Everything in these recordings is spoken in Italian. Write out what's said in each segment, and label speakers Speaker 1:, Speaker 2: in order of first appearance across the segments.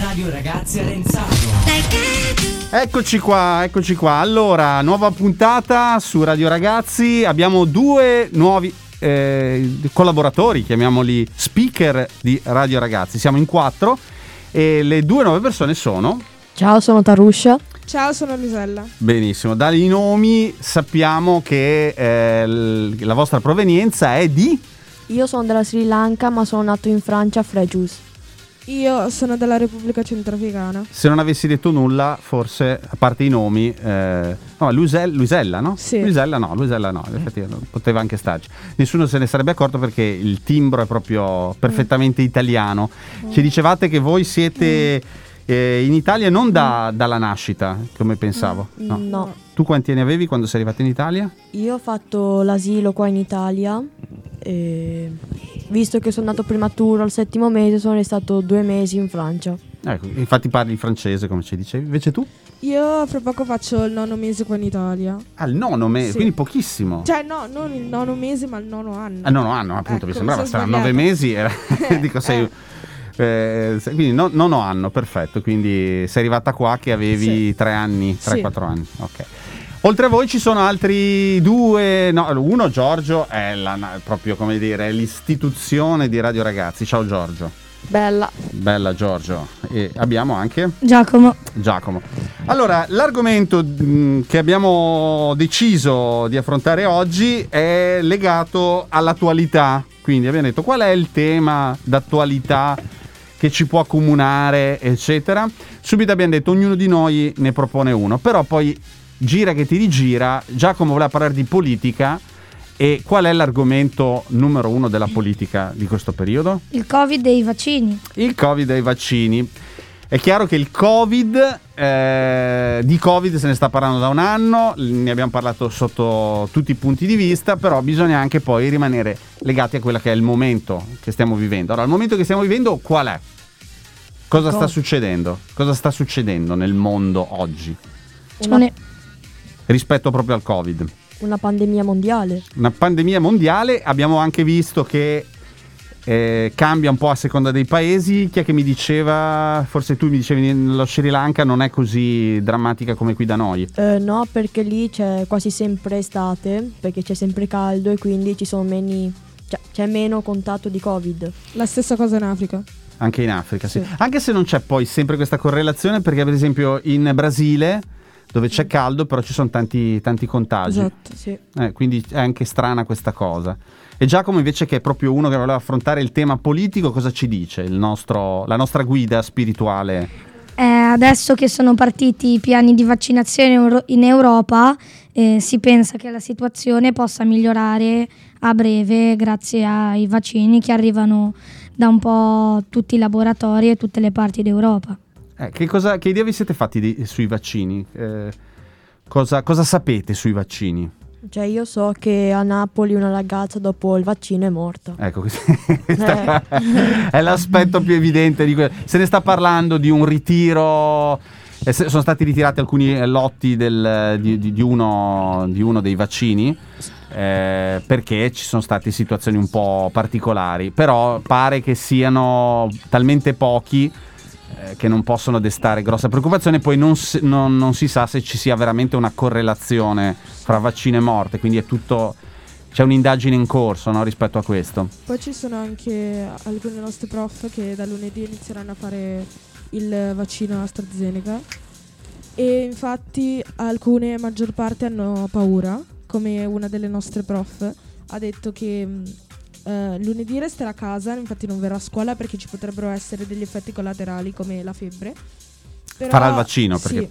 Speaker 1: Radio Ragazzi Arenzano.
Speaker 2: Eccoci qua, eccoci qua. Allora, nuova puntata su Radio Ragazzi. Abbiamo due nuovi eh, collaboratori, chiamiamoli speaker di Radio Ragazzi. Siamo in quattro e le due nuove persone sono.
Speaker 3: Ciao, sono Taruscia.
Speaker 4: Ciao, sono Lisella.
Speaker 2: Benissimo, dai nomi sappiamo che eh, l- la vostra provenienza è di...
Speaker 3: Io sono della Sri Lanka, ma sono nato in Francia a Frejus.
Speaker 4: Io sono della Repubblica Centrafricana.
Speaker 2: Se non avessi detto nulla, forse, a parte i nomi, eh, no, Luisel- Luisella, no?
Speaker 4: Sì. Mm.
Speaker 2: Luisella no, Luisella no, in effetti non- poteva anche starci. Nessuno se ne sarebbe accorto perché il timbro è proprio perfettamente italiano.
Speaker 4: Mm.
Speaker 2: Ci dicevate che voi siete eh, in Italia non
Speaker 4: Mm.
Speaker 2: da- dalla nascita, come pensavo.
Speaker 3: Mm,
Speaker 2: no.
Speaker 3: No.
Speaker 2: Tu quanti anni avevi quando sei arrivato in Italia?
Speaker 3: Io ho fatto l'asilo qua in Italia. E visto che sono nato prematuro al settimo mese, sono restato due mesi in Francia.
Speaker 2: Ecco, infatti parli francese, come ci dicevi. Invece tu?
Speaker 4: Io fra poco faccio il nono mese qua in Italia.
Speaker 2: Al nono mese,
Speaker 4: Sì.
Speaker 2: quindi pochissimo.
Speaker 4: Cioè, no, non il nono mese, ma il nono anno.
Speaker 2: Ah, no, no, anno, appunto,
Speaker 4: Ecco,
Speaker 2: mi
Speaker 4: mi
Speaker 2: sembrava
Speaker 4: sono
Speaker 2: strano. Nove
Speaker 4: sbagliata.
Speaker 2: mesi era. Dico, sei.
Speaker 4: eh.
Speaker 2: eh, sei- quindi no, non ho anno, perfetto. Quindi sei arrivata qua che avevi tre anni, tre,
Speaker 4: Sì.
Speaker 2: quattro anni. Ok. Oltre a voi ci sono altri due, no, uno Giorgio è la, na- proprio come dire, è l'istituzione di Radio Ragazzi. Ciao Giorgio.
Speaker 5: Bella.
Speaker 2: Bella Giorgio. E abbiamo anche
Speaker 5: Giacomo.
Speaker 2: Giacomo. Allora, l'argomento mh, che abbiamo deciso di affrontare oggi è legato all'attualità. Quindi abbiamo detto qual è il tema d'attualità che ci può accomunare, eccetera. Subito abbiamo detto ognuno di noi ne propone uno, però poi gira che ti rigira, Giacomo voleva parlare di politica e qual è l'argomento numero uno della politica di questo periodo?
Speaker 5: Il covid e i vaccini.
Speaker 2: il covid e i vaccini. È chiaro che il covid, eh, di covid se ne sta parlando da un anno, ne abbiamo parlato sotto tutti i punti di vista, però bisogna anche poi rimanere legati a quello che è il momento che stiamo vivendo. Allora, il momento che stiamo vivendo qual è? Cosa sta
Speaker 3: Covid.
Speaker 2: succedendo? Cosa sta succedendo nel mondo oggi
Speaker 3: Una,
Speaker 5: Sono-
Speaker 2: rispetto proprio al covid?
Speaker 3: una pandemia mondiale.
Speaker 2: una pandemia mondiale. Abbiamo anche visto che eh, cambia un po' a seconda dei paesi. Chi è che mi diceva, forse tu mi dicevi, nello Sri Lanka non è così drammatica come qui da noi.
Speaker 3: Eh, no, perché lì c'è quasi sempre estate, perché c'è sempre caldo e quindi ci sono meni- cioè, c'è meno contatto di Covid.
Speaker 4: La stessa cosa in Africa.
Speaker 2: Anche in Africa, sì.
Speaker 3: Sì.
Speaker 2: Anche se non c'è poi sempre questa correlazione, perché per esempio in Brasile, dove c'è caldo, però ci sono tanti, tanti contagi.
Speaker 4: Esatto.
Speaker 3: Sì.
Speaker 2: Eh, quindi è anche strana questa cosa. E Giacomo invece che è proprio uno che voleva affrontare il tema politico, cosa ci dice? Il nostro- la nostra guida spirituale.
Speaker 6: Eh, adesso che sono partiti i piani di vaccinazione euro- in Europa, eh, si pensa che la situazione possa migliorare a breve grazie ai vaccini che arrivano da un po' tutti i laboratori e tutte le parti d'Europa.
Speaker 2: Eh, che, cosa- che idea vi siete fatti di- sui vaccini? Eh, cosa, cosa sapete sui vaccini?
Speaker 3: Cioè, io so che a Napoli una ragazza dopo il vaccino è morta.
Speaker 2: Ecco, questa- è l'aspetto più evidente di que- Se ne sta parlando di un ritiro. eh, se- sono stati ritirati alcuni eh, lotti del- di, di- di uno, di uno dei vaccini eh, perché ci sono state situazioni un po' particolari. Però pare che siano talmente pochi. eh, Che non possono destare grossa preoccupazione, poi non, si- non- non si sa se ci sia veramente una correlazione fra vaccino e morte, quindi è tutto. c'è un'indagine in corso no, rispetto a questo.
Speaker 4: Poi ci sono anche alcuni nostri prof che da lunedì inizieranno a fare il vaccino AstraZeneca. E infatti alcune, maggior parte, hanno paura, come una delle nostre prof ha detto che mh, eh, lunedì resterà a casa, infatti non verrà a scuola perché ci potrebbero essere degli effetti collaterali come la febbre. Però-
Speaker 2: Farà il vaccino, perché-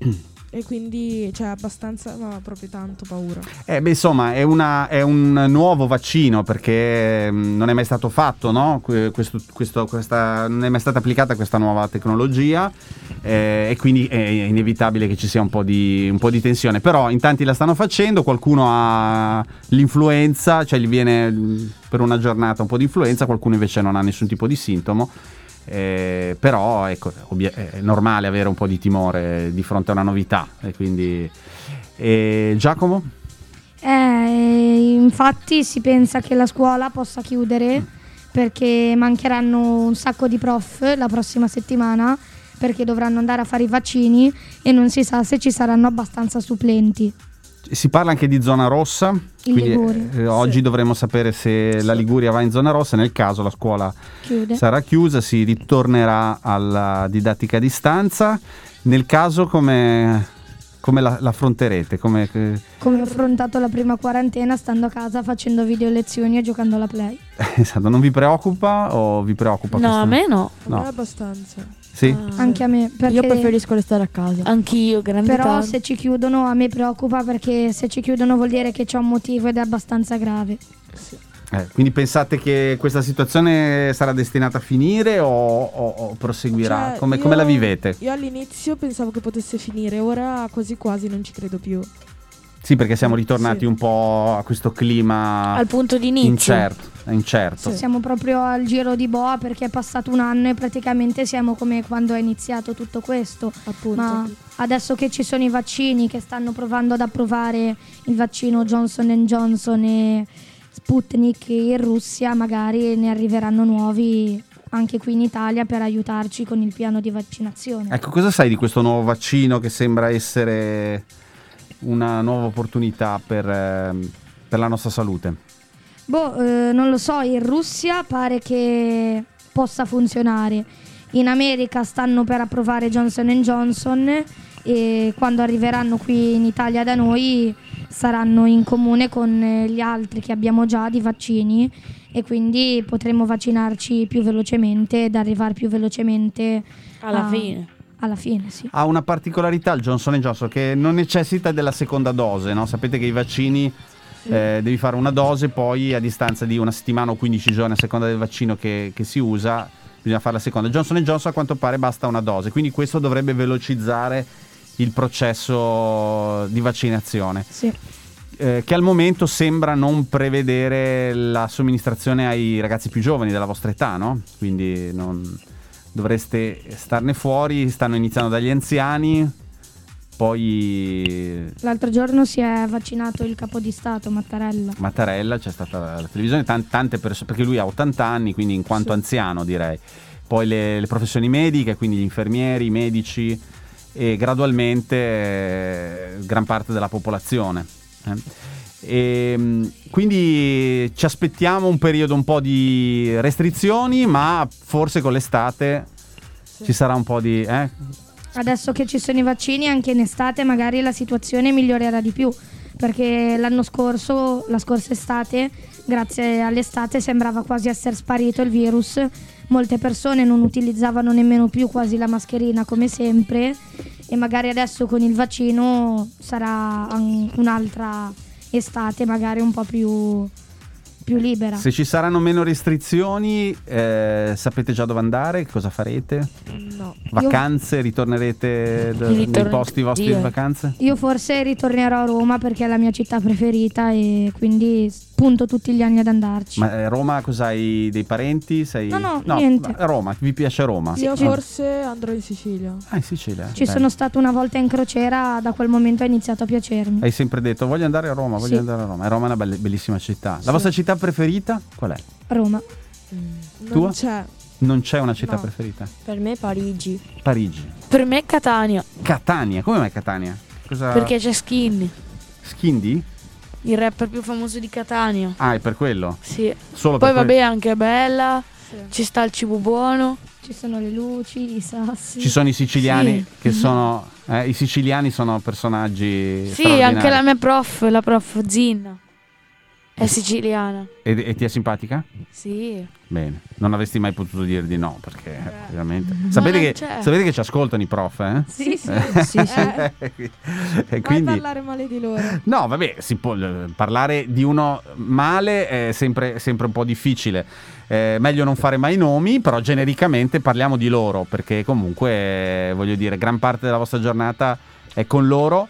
Speaker 4: sì. E quindi c'è abbastanza, ma proprio tanto paura.
Speaker 2: Eh, beh, insomma, è, una- è un nuovo vaccino perché mh, non è mai stato fatto, no? Que- questo- questo- questa- non è mai stata applicata questa nuova tecnologia eh, e quindi è inevitabile che ci sia un po, di, un po' di tensione. Però in tanti la stanno facendo, qualcuno ha l'influenza, cioè gli viene mh, per una giornata un po' di influenza, qualcuno invece non ha nessun tipo di sintomo. Eh, però ecco, ovvia- è normale avere un po' di timore di fronte a una novità. E quindi... Eh, Giacomo?
Speaker 3: Mm.
Speaker 6: Eh, infatti si pensa che la scuola possa chiudere perché mancheranno un sacco di prof la prossima settimana perché dovranno andare a fare i vaccini e non si sa se ci saranno abbastanza supplenti.
Speaker 2: Si parla anche di zona rossa,
Speaker 6: In
Speaker 2: quindi
Speaker 6: Liguria,
Speaker 2: eh, oggi dovremo sapere se la Liguria va in zona rossa, nel caso la scuola
Speaker 6: Chiude.
Speaker 2: sarà chiusa, si ritornerà alla didattica a distanza, nel caso come, come la, la affronterete? Come, eh,
Speaker 6: Come ho affrontato la prima quarantena stando a casa facendo video lezioni e giocando alla play.
Speaker 2: esatto, non vi preoccupa o vi preoccupa?
Speaker 7: No,
Speaker 2: questo?
Speaker 7: a me no.
Speaker 4: A
Speaker 2: No.
Speaker 4: me abbastanza.
Speaker 2: Sì?
Speaker 6: Anche a me. Perché...
Speaker 3: Ah, Io preferisco restare a casa.
Speaker 7: Anch'io, grande
Speaker 6: Però
Speaker 7: tanto.
Speaker 6: se ci chiudono a me preoccupa perché se ci chiudono vuol dire che c'è un motivo ed è abbastanza grave.
Speaker 2: Eh, quindi pensate che questa situazione sarà destinata a finire o, o- o proseguirà?
Speaker 4: Cioè,
Speaker 2: come,
Speaker 4: io-
Speaker 2: come la vivete?
Speaker 4: Io all'inizio pensavo che potesse finire, ora quasi quasi non ci credo più.
Speaker 2: Sì, perché siamo ritornati
Speaker 4: Sì.
Speaker 2: un po' a questo clima
Speaker 7: al punto di inizio.
Speaker 2: incerto. incerto.
Speaker 4: Sì.
Speaker 6: Siamo proprio al giro di boa perché è passato un anno e praticamente siamo come quando è iniziato tutto questo.
Speaker 4: Appunto.
Speaker 6: Ma adesso che ci sono i vaccini che stanno provando ad approvare il vaccino Johnson Johnson e Sputnik in Russia, magari ne arriveranno nuovi anche qui in Italia per aiutarci con il piano di vaccinazione.
Speaker 2: Ecco, cosa sai di questo nuovo vaccino che sembra essere una nuova opportunità per, ehm, per la nostra salute?
Speaker 6: Boh, eh, non lo so, in Russia pare che possa funzionare. In America stanno per approvare Johnson Johnson e quando arriveranno qui in Italia da noi saranno in comune con eh, gli altri che abbiamo già di vaccini e quindi potremo vaccinarci più velocemente ed arrivare più velocemente
Speaker 7: Alla
Speaker 6: Ah.
Speaker 7: fine.
Speaker 6: alla fine, sì.
Speaker 2: Ha una particolarità il Johnson Johnson che non necessita della seconda dose, no? Sapete che i vaccini eh, devi fare una dose, poi a distanza di una settimana o 15 giorni, a seconda del vaccino che, che si usa, bisogna fare la seconda. Johnson Johnson a quanto pare basta una dose, quindi questo dovrebbe velocizzare il processo di vaccinazione.
Speaker 6: Sì.
Speaker 2: eh, che al momento sembra non prevedere la somministrazione ai ragazzi più giovani della vostra età, no? Quindi non- dovreste starne fuori, stanno iniziando dagli anziani, poi
Speaker 6: L'altro giorno si è vaccinato il capo di Stato, Mattarella.
Speaker 2: Mattarella c'è stata la televisione, tan- tante persone, perché lui ha 80 anni, quindi in quanto anziano direi, poi le, le professioni mediche, quindi gli infermieri, i medici e gradualmente eh, gran parte della popolazione. eh. E, mh, quindi ci aspettiamo un periodo un po' di restrizioni, ma forse con l'estate ci sarà un po' di... eh?
Speaker 6: Adesso che ci sono i vaccini, anche in estate magari la situazione migliorerà di più. Perché l'anno scorso, la scorsa estate, grazie all'estate sembrava quasi essere sparito il virus. Molte persone non utilizzavano nemmeno più quasi la mascherina come sempre. E magari adesso con il vaccino sarà an- un'altra estate, magari un po' più, più libera.
Speaker 2: Se ci saranno meno restrizioni, eh, sapete già dove andare, cosa farete?
Speaker 4: No.
Speaker 2: Vacanze? Ritornerete d- nei
Speaker 7: Ritorno-
Speaker 2: posti vostri
Speaker 7: Dio.
Speaker 2: di vacanze?
Speaker 6: Io forse ritornerò a Roma perché è la mia città preferita e quindi punto tutti gli anni ad andarci.
Speaker 2: Ma eh, a Roma cos'hai dei parenti? Sei...
Speaker 6: No, no, niente.
Speaker 2: A Roma, vi piace Roma?
Speaker 4: Io
Speaker 2: Ah.
Speaker 4: forse andrò in Sicilia.
Speaker 2: Ah, in Sicilia.
Speaker 6: Ci
Speaker 2: Beh.
Speaker 6: sono stata una volta in crociera, da quel momento è iniziato a piacermi.
Speaker 2: Hai sempre detto voglio andare a Roma, voglio
Speaker 6: Sì.
Speaker 2: andare a Roma. E Roma è una belle- bellissima città. La vostra città preferita qual è?
Speaker 6: Roma.
Speaker 4: Non
Speaker 2: Tua?
Speaker 4: c'è.
Speaker 2: Non c'è una città
Speaker 4: No.
Speaker 2: preferita.
Speaker 3: Per me Parigi.
Speaker 2: Parigi.
Speaker 7: Per me è Catania,
Speaker 2: Catania. Come mai Catania? Cosa...
Speaker 7: perché c'è Skinny,
Speaker 2: Schindi?
Speaker 7: il rapper più famoso di Catania.
Speaker 2: Ah, è per quello.
Speaker 7: Sì.
Speaker 2: Solo
Speaker 7: Poi
Speaker 2: per quello.
Speaker 7: vabbè, anche Bella, ci sta il cibo buono.
Speaker 6: Ci sono le luci, i sassi.
Speaker 2: Ci sono i siciliani
Speaker 7: Sì. Mhm.
Speaker 2: che sono... eh, I siciliani sono personaggi...
Speaker 7: Sì,
Speaker 2: straordinari.
Speaker 7: anche la mia prof, la prof Zinna. È siciliana.
Speaker 2: E- e ti è simpatica?
Speaker 7: Sì.
Speaker 2: Bene, non avresti mai potuto dire di no perché ovviamente. Sapete,
Speaker 7: non
Speaker 2: che,
Speaker 7: c'è.
Speaker 2: sapete che ci ascoltano i prof, eh?
Speaker 4: Sì, sì.
Speaker 2: Eh, e
Speaker 4: Vai a
Speaker 2: quindi
Speaker 4: parlare male di loro.
Speaker 2: no, vabbè, si può, eh, parlare di uno male è sempre, sempre un po' difficile. Eh, meglio non fare mai nomi, però genericamente parliamo di loro perché comunque eh, voglio dire, gran parte della vostra giornata è con loro.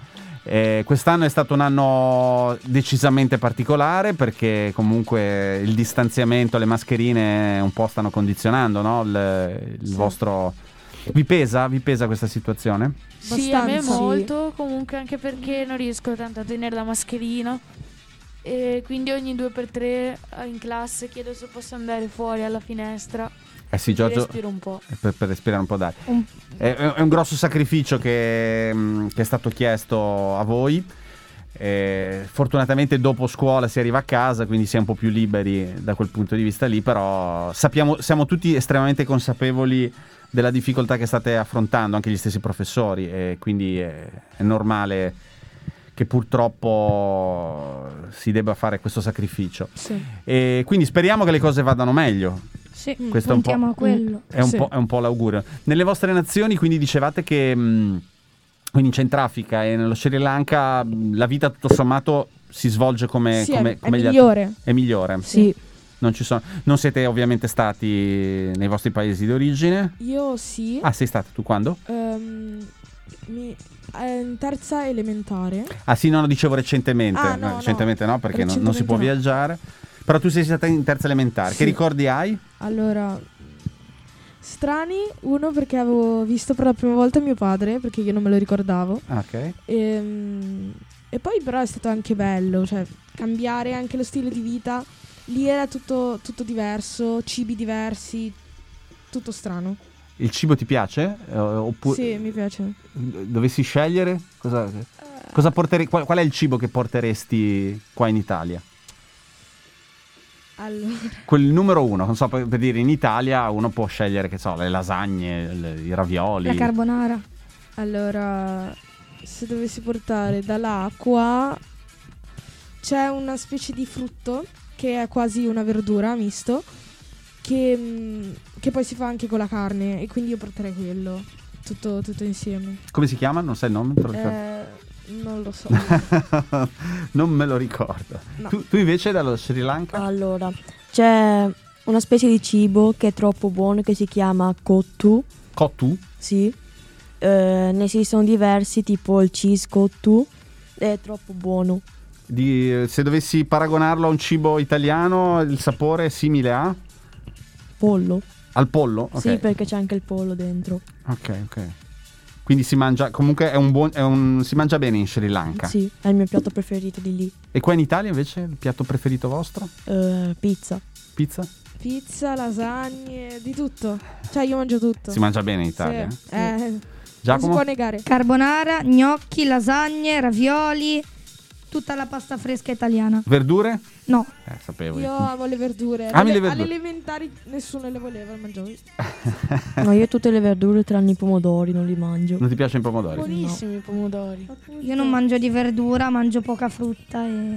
Speaker 2: Eh, quest'anno è stato un anno decisamente particolare perché comunque il distanziamento, le mascherine un po' stanno condizionando no? il, il vostro... Vi pesa? Vi pesa questa situazione?
Speaker 7: Sì, a me
Speaker 4: Abbastanza.
Speaker 7: molto, comunque anche perché non riesco tanto a tenere la mascherina E quindi ogni due per tre eh, in classe chiedo se posso andare fuori alla finestra.
Speaker 2: Eh sì,
Speaker 7: Così
Speaker 2: Giorgio, Eh,
Speaker 7: Respiro un po'.
Speaker 2: per, per respirare un po' d'aria.
Speaker 6: Un-
Speaker 2: È, è un grosso sacrificio che, mh, che è stato chiesto a voi. Eh, fortunatamente dopo scuola si arriva a casa, quindi si è un po' più liberi da quel punto di vista lì, però sappiamo- siamo tutti estremamente consapevoli della difficoltà che state affrontando, anche gli stessi professori, e quindi è, è normale che purtroppo si debba fare questo sacrificio.
Speaker 4: Sì.
Speaker 2: E quindi speriamo che le cose vadano meglio,
Speaker 6: Sì,
Speaker 2: questo è un po'-
Speaker 6: puntiamo a quello.
Speaker 2: è un,
Speaker 4: Sì. Mm.
Speaker 2: po', è un po' l'augurio. Nelle vostre nazioni, quindi dicevate che mh, quindi in Centrafrica e nello Sri Lanka mh, la vita tutto sommato si svolge come,
Speaker 4: Sì,
Speaker 2: come-
Speaker 4: è,
Speaker 2: come
Speaker 4: è
Speaker 2: gli altri-
Speaker 4: migliore.
Speaker 2: È migliore.
Speaker 4: Sì.
Speaker 2: Non, ci sono- non siete ovviamente stati nei vostri paesi d'origine.
Speaker 4: Io sì.
Speaker 2: Ah, sei stata tu quando?
Speaker 4: ehm, mi- eh, in terza elementare.
Speaker 2: Ah, sì, no, lo dicevo recentemente.
Speaker 4: Ah, no,
Speaker 2: No, recentemente no, perché non- non si può
Speaker 4: Recentemente
Speaker 2: viaggiare. Però tu sei stata in terza elementare. Che
Speaker 4: Sì.
Speaker 2: ricordi hai?
Speaker 4: Allora, strani, uno perché avevo visto per la prima volta mio padre, perché io non me lo ricordavo.
Speaker 2: Ah, ok.
Speaker 4: Ehm, E, poi però è stato anche bello, cioè cambiare anche lo stile di vita. Lì era tutto, tutto diverso, cibi diversi, tutto strano.
Speaker 2: Il cibo ti piace? Eh, oppure
Speaker 4: sì, mi piace.
Speaker 2: dovessi scegliere, cosa, cosa portere- qual, qual è il cibo che porteresti qua in Italia?
Speaker 4: Allora,
Speaker 2: Quel numero uno, non so, per, per dire in Italia uno può scegliere, che so, le lasagne, le- i ravioli.
Speaker 6: La carbonara.
Speaker 4: allora, se dovessi portare dall'acqua c'è una specie di frutto che è quasi una verdura misto che, mm, che poi si fa anche con la carne e quindi io porterei quello tutto, tutto insieme.
Speaker 2: Come si chiama? Non sai il nome? Te lo ricordi?
Speaker 4: Eh, non lo so.
Speaker 2: non me lo ricordo.
Speaker 4: No.
Speaker 2: Tu, tu invece dallo Sri Lanka?
Speaker 3: Allora, c'è una specie di cibo che è troppo buono che si chiama kottu,
Speaker 2: Kotu?
Speaker 3: sì. Eh, ne esistono diversi, tipo il cheese kottu, è troppo buono.
Speaker 2: Di- se dovessi paragonarlo a un cibo italiano, il sapore è simile a?
Speaker 3: Pollo?
Speaker 2: Al pollo? Ok.
Speaker 3: Sì, perché c'è anche il pollo dentro.
Speaker 2: ok, ok. Quindi si mangia, comunque è un buon, è un- si mangia bene in Sri Lanka.
Speaker 3: Sì, è il mio piatto preferito di lì.
Speaker 2: E qua in Italia invece il piatto preferito vostro?
Speaker 3: Eh, pizza.
Speaker 2: Pizza?
Speaker 4: Pizza, lasagne, di tutto. Cioè, io mangio tutto.
Speaker 2: Si mangia bene in Italia.
Speaker 4: Sì.
Speaker 2: eh?
Speaker 4: Eh, non si può
Speaker 2: Giacomo?
Speaker 4: negare.
Speaker 6: Carbonara, gnocchi, lasagne, ravioli, tutta la pasta fresca italiana.
Speaker 2: Verdure?
Speaker 6: No,
Speaker 2: Eh, sapevo
Speaker 4: Io amo le verdure.
Speaker 2: Ami le
Speaker 4: Alle-
Speaker 2: verdure.
Speaker 4: Alle elementari nessuno le voleva, le mangiavo io.
Speaker 3: No, io tutte le verdure tranne i pomodori non li mangio.
Speaker 2: Non ti piace il pomodoro?
Speaker 7: Buonissimi i pomodori.
Speaker 6: io non mangio di verdura, mangio poca frutta e,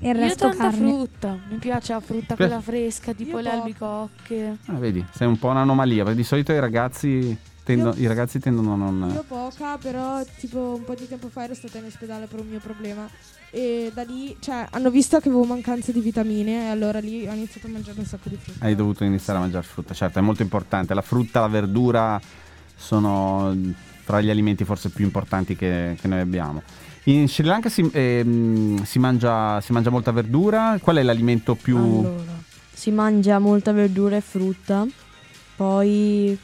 Speaker 6: e il
Speaker 7: Io
Speaker 6: resto
Speaker 7: tanta
Speaker 6: carne.
Speaker 7: frutta. Mi piace la frutta,
Speaker 2: Piace-
Speaker 7: quella fresca,
Speaker 4: Io
Speaker 7: tipo le
Speaker 4: poco.
Speaker 7: albicocche.
Speaker 2: Ah, vedi, sei un po' un'anomalia, perché di solito i ragazzi, tendo- i ragazzi tendono a non...
Speaker 4: Io poca, però tipo un po' di tempo fa ero stata in ospedale per un mio problema. E da lì, cioè, hanno visto che avevo mancanza di vitamine e allora lì ho iniziato a mangiare un sacco di frutta.
Speaker 2: Hai dovuto iniziare a mangiare frutta, certo, è molto importante. La frutta, la verdura sono tra gli alimenti forse più importanti che, che noi abbiamo. In Sri Lanka si, ehm, si mangia, si mangia molta verdura, qual è l'alimento più...
Speaker 3: Allora, si mangia molta verdura e frutta, poi...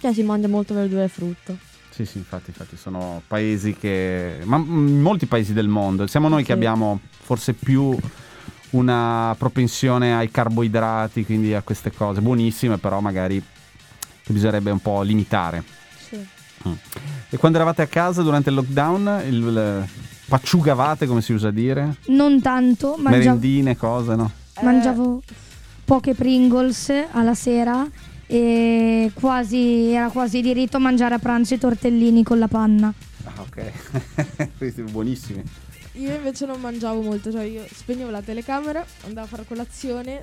Speaker 3: Cioè, si mangia molta verdura e frutta.
Speaker 2: Sì, sì, infatti, infatti, sono paesi che... Ma mm, molti paesi del mondo, siamo noi che
Speaker 3: Sì.
Speaker 2: abbiamo forse più una propensione ai carboidrati, quindi a queste cose buonissime, però magari che bisognerebbe un po' limitare. Mm.
Speaker 4: Sì.
Speaker 2: E quando eravate a casa durante il lockdown, il, il- pacciugavate, come si usa dire?
Speaker 6: Non tanto, mangia-
Speaker 2: Merendine, cose, no?
Speaker 6: mangiavo poche Pringles alla sera e quasi, era quasi diritto mangiare a pranzo i tortellini con la panna.
Speaker 2: Ah, ok. Questi buonissimi.
Speaker 4: Io invece non mangiavo molto, cioè io spegnevo la telecamera, andavo a fare colazione,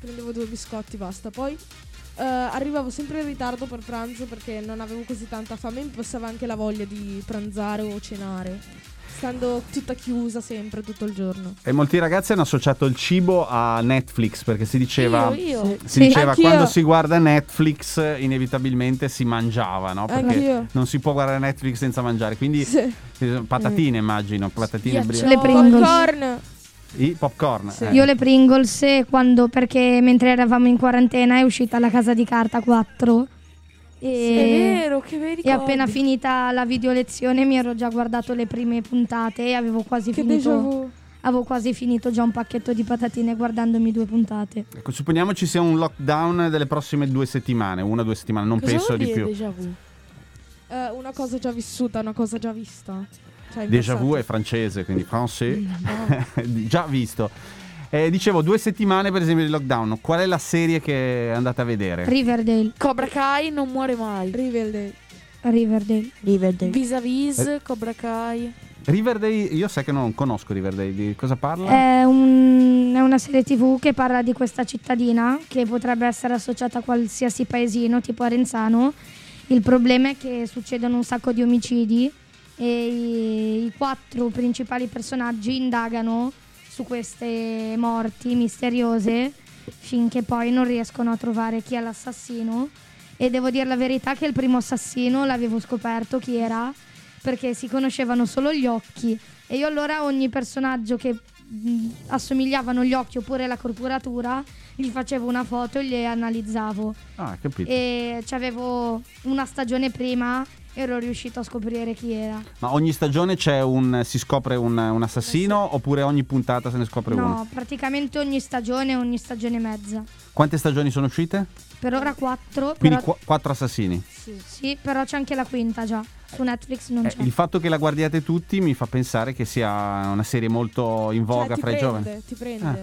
Speaker 4: prendevo due biscotti, basta. Poi eh, arrivavo sempre in ritardo per pranzo perché non avevo così tanta fame, mi passava anche la voglia di pranzare o cenare, stando tutta chiusa sempre tutto il giorno.
Speaker 2: E molti ragazzi hanno associato il cibo a Netflix perché si diceva...
Speaker 7: Io, io.
Speaker 2: Si
Speaker 6: Sì,
Speaker 2: diceva
Speaker 4: anch'io.
Speaker 2: quando si guarda Netflix eh, inevitabilmente si mangiava, no? Perché
Speaker 4: Anch'io.
Speaker 2: non si può guardare Netflix senza mangiare, quindi
Speaker 4: Sì.
Speaker 2: eh, patatine immagino, patatine, bri-
Speaker 6: Le Pringles.
Speaker 4: Popcorn!
Speaker 2: i popcorn.
Speaker 4: Sì.
Speaker 2: eh.
Speaker 6: Io le Pringles eh, quando, perché mentre eravamo in quarantena è uscita la casa di carta 4
Speaker 7: È
Speaker 6: e,
Speaker 7: vero, che veri
Speaker 6: e appena finita la videolezione mi ero già guardato le prime puntate e avevo quasi
Speaker 4: Che déjà
Speaker 6: finito
Speaker 4: vu.
Speaker 6: avevo quasi finito già un pacchetto di patatine guardandomi due puntate.
Speaker 2: Ecco, supponiamo ci sia un lockdown delle prossime due settimane, una o due settimane, non
Speaker 7: Cosa
Speaker 2: penso
Speaker 7: vuol
Speaker 2: di
Speaker 7: dire
Speaker 2: più.
Speaker 7: déjà vu?
Speaker 4: Eh, una cosa già vissuta, una cosa già vista. Cioè, in
Speaker 2: Déjà
Speaker 4: passato.
Speaker 2: vu è francese, quindi français, già visto. Eh, dicevo, due settimane per esempio di lockdown, qual è la serie che andate a vedere?
Speaker 6: Riverdale,
Speaker 7: Cobra Kai non muore mai.
Speaker 4: Riverdale.
Speaker 6: Riverdale.
Speaker 3: Riverdale.
Speaker 7: Vis-a-vis,
Speaker 2: Eh.
Speaker 7: Cobra Kai.
Speaker 2: Riverdale, io sai che non conosco Riverdale, di cosa parla?
Speaker 6: È, un- è una serie tv che parla di questa cittadina che potrebbe essere associata a qualsiasi paesino, tipo Arenzano. Il problema è che succedono un sacco di omicidi e i, i quattro principali personaggi indagano su queste morti misteriose finché poi non riescono a trovare chi è l'assassino. E devo dire la verità che il primo assassino l'avevo scoperto chi era perché si conoscevano solo gli occhi e io allora ogni personaggio che mh, assomigliavano gli occhi oppure la corporatura gli facevo una foto e le analizzavo
Speaker 2: Ah,
Speaker 6: eh,
Speaker 2: capito.
Speaker 6: e c'avevo una stagione prima e ero riuscito a scoprire chi era.
Speaker 2: Ma ogni stagione c'è un, si scopre un, un assassino oppure ogni puntata se ne scopre uno?
Speaker 6: No, praticamente ogni stagione, ogni stagione e mezza.
Speaker 2: Quante stagioni sono uscite?
Speaker 6: Per ora quattro,
Speaker 2: Quindi
Speaker 6: però,
Speaker 2: qu- quattro assassini.
Speaker 6: sì, però c'è anche la quinta già. Su Netflix non
Speaker 2: Eh,
Speaker 6: c'è.
Speaker 2: il fatto che la guardiate tutti mi fa pensare che sia una serie molto in voga
Speaker 4: Cioè, ti
Speaker 2: fra i giovani.
Speaker 4: prende, Ti prende.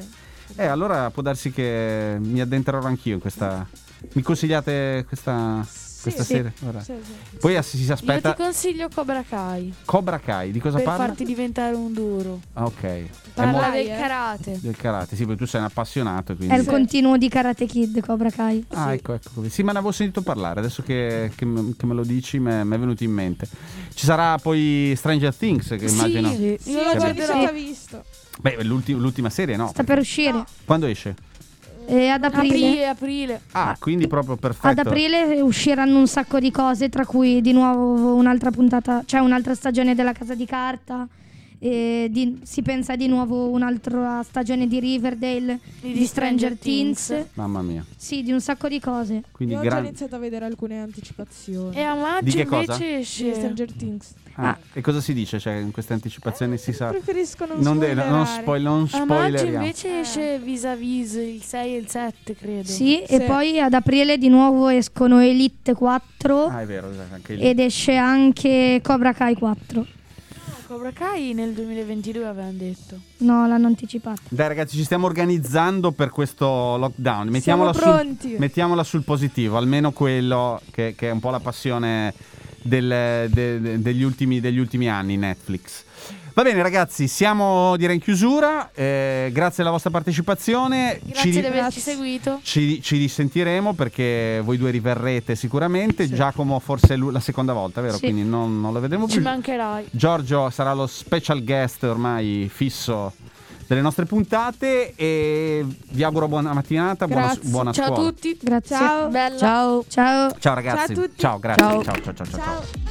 Speaker 4: Cioè,
Speaker 2: Eh, allora può darsi che mi addentrerò anch'io in questa. Mi consigliate questa,
Speaker 4: Sì,
Speaker 2: questa
Speaker 4: sì.
Speaker 2: serie? Guarda.
Speaker 4: Sì, sì.
Speaker 2: Poi ass- si
Speaker 7: Io
Speaker 2: aspetta
Speaker 7: ti consiglio Cobra Kai.
Speaker 2: Cobra Kai, di cosa
Speaker 7: per
Speaker 2: parla?
Speaker 7: farti diventare un duro.
Speaker 2: Ah, ok. È mo-
Speaker 7: Parla
Speaker 4: Dai,
Speaker 7: del
Speaker 4: eh.
Speaker 7: karate.
Speaker 2: del karate, sì, perché tu sei un appassionato.
Speaker 6: È
Speaker 2: Quindi...
Speaker 6: il continuo di Karate Kid, Cobra Kai.
Speaker 2: Ah, ecco, ecco. Sì, ma ne avevo sentito parlare, adesso che, che m- che me lo dici mi è mi è venuto in mente. Ci sarà poi Stranger Things, che immagino.
Speaker 7: Sì,
Speaker 4: Sì,
Speaker 7: io
Speaker 4: l'ho
Speaker 7: la
Speaker 4: già
Speaker 7: guarderò.
Speaker 4: visto, l'ho visto.
Speaker 2: Beh, l'ulti- l'ultima serie no.
Speaker 6: Sta per uscire
Speaker 2: Quando esce?
Speaker 6: Eh, ad aprile.
Speaker 7: Aprile, aprile.
Speaker 2: Ah, quindi proprio perfetto.
Speaker 6: Ad aprile usciranno un sacco di cose, tra cui di nuovo un'altra puntata, cioè un'altra stagione della Casa di Carta. e di- si pensa di nuovo un'altra stagione di Riverdale,
Speaker 7: Di
Speaker 6: di, Stranger
Speaker 7: Stranger Things.
Speaker 6: Things.
Speaker 2: Mamma mia.
Speaker 6: sì, di un sacco di cose.
Speaker 2: Quindi
Speaker 4: Io ho già
Speaker 2: grande.
Speaker 4: iniziato a vedere alcune anticipazioni.
Speaker 7: E a
Speaker 2: Di
Speaker 7: maggio
Speaker 2: che
Speaker 7: invece
Speaker 2: cosa?
Speaker 4: Sì,
Speaker 7: esce.
Speaker 4: Stranger Things.
Speaker 2: Ah, e cosa si dice? Cioè, in queste anticipazioni si sa.
Speaker 4: Preferisco Eh, non,
Speaker 2: Non, de-
Speaker 4: spoilerare.
Speaker 2: non, spoil- non
Speaker 7: A maggio
Speaker 2: spoileriamo.
Speaker 7: invece esce vis-a-vis il 6 e il 7, credo.
Speaker 6: Sì,
Speaker 4: Sì.
Speaker 6: e poi ad aprile di nuovo escono Elite 4
Speaker 2: Ah, è vero, esatto, anche lì.
Speaker 6: ed esce anche Cobra Kai 4.
Speaker 7: Cobra Kai nel 2022 avevano detto.
Speaker 6: No, l'hanno anticipata.
Speaker 2: Dai ragazzi, ci stiamo organizzando per questo lockdown.
Speaker 4: Siamo
Speaker 2: Mettiamola, sul,
Speaker 4: pronti.
Speaker 2: mettiamola sul positivo, almeno quello che, che è un po' la passione del- de- de- degli, ultimi, degli ultimi anni Netflix. Va bene ragazzi, siamo direi in chiusura. Eh, grazie alla vostra partecipazione.
Speaker 7: Grazie
Speaker 2: Ci-
Speaker 7: di averci
Speaker 4: Grazie.
Speaker 7: seguito.
Speaker 2: Ci, ci risentiremo perché voi due riverrete sicuramente. Giacomo, forse è lui- la seconda volta, vero?
Speaker 6: Sì.
Speaker 2: Quindi non, non lo vedremo
Speaker 7: Ci
Speaker 2: più.
Speaker 7: mancherai.
Speaker 2: Giorgio sarà lo special guest ormai fisso delle nostre puntate. E vi auguro buona mattinata, buona,
Speaker 4: Grazie.
Speaker 2: buona
Speaker 7: Ciao a
Speaker 2: scuola.
Speaker 7: tutti.
Speaker 6: Grazie.
Speaker 7: Ciao. Bella.
Speaker 3: Ciao.
Speaker 6: Ciao.
Speaker 2: Ciao ragazzi.
Speaker 4: Ciao a tutti.
Speaker 2: grazie.
Speaker 3: Ciao.
Speaker 2: ciao, ciao, ciao. ciao.
Speaker 4: Ciao.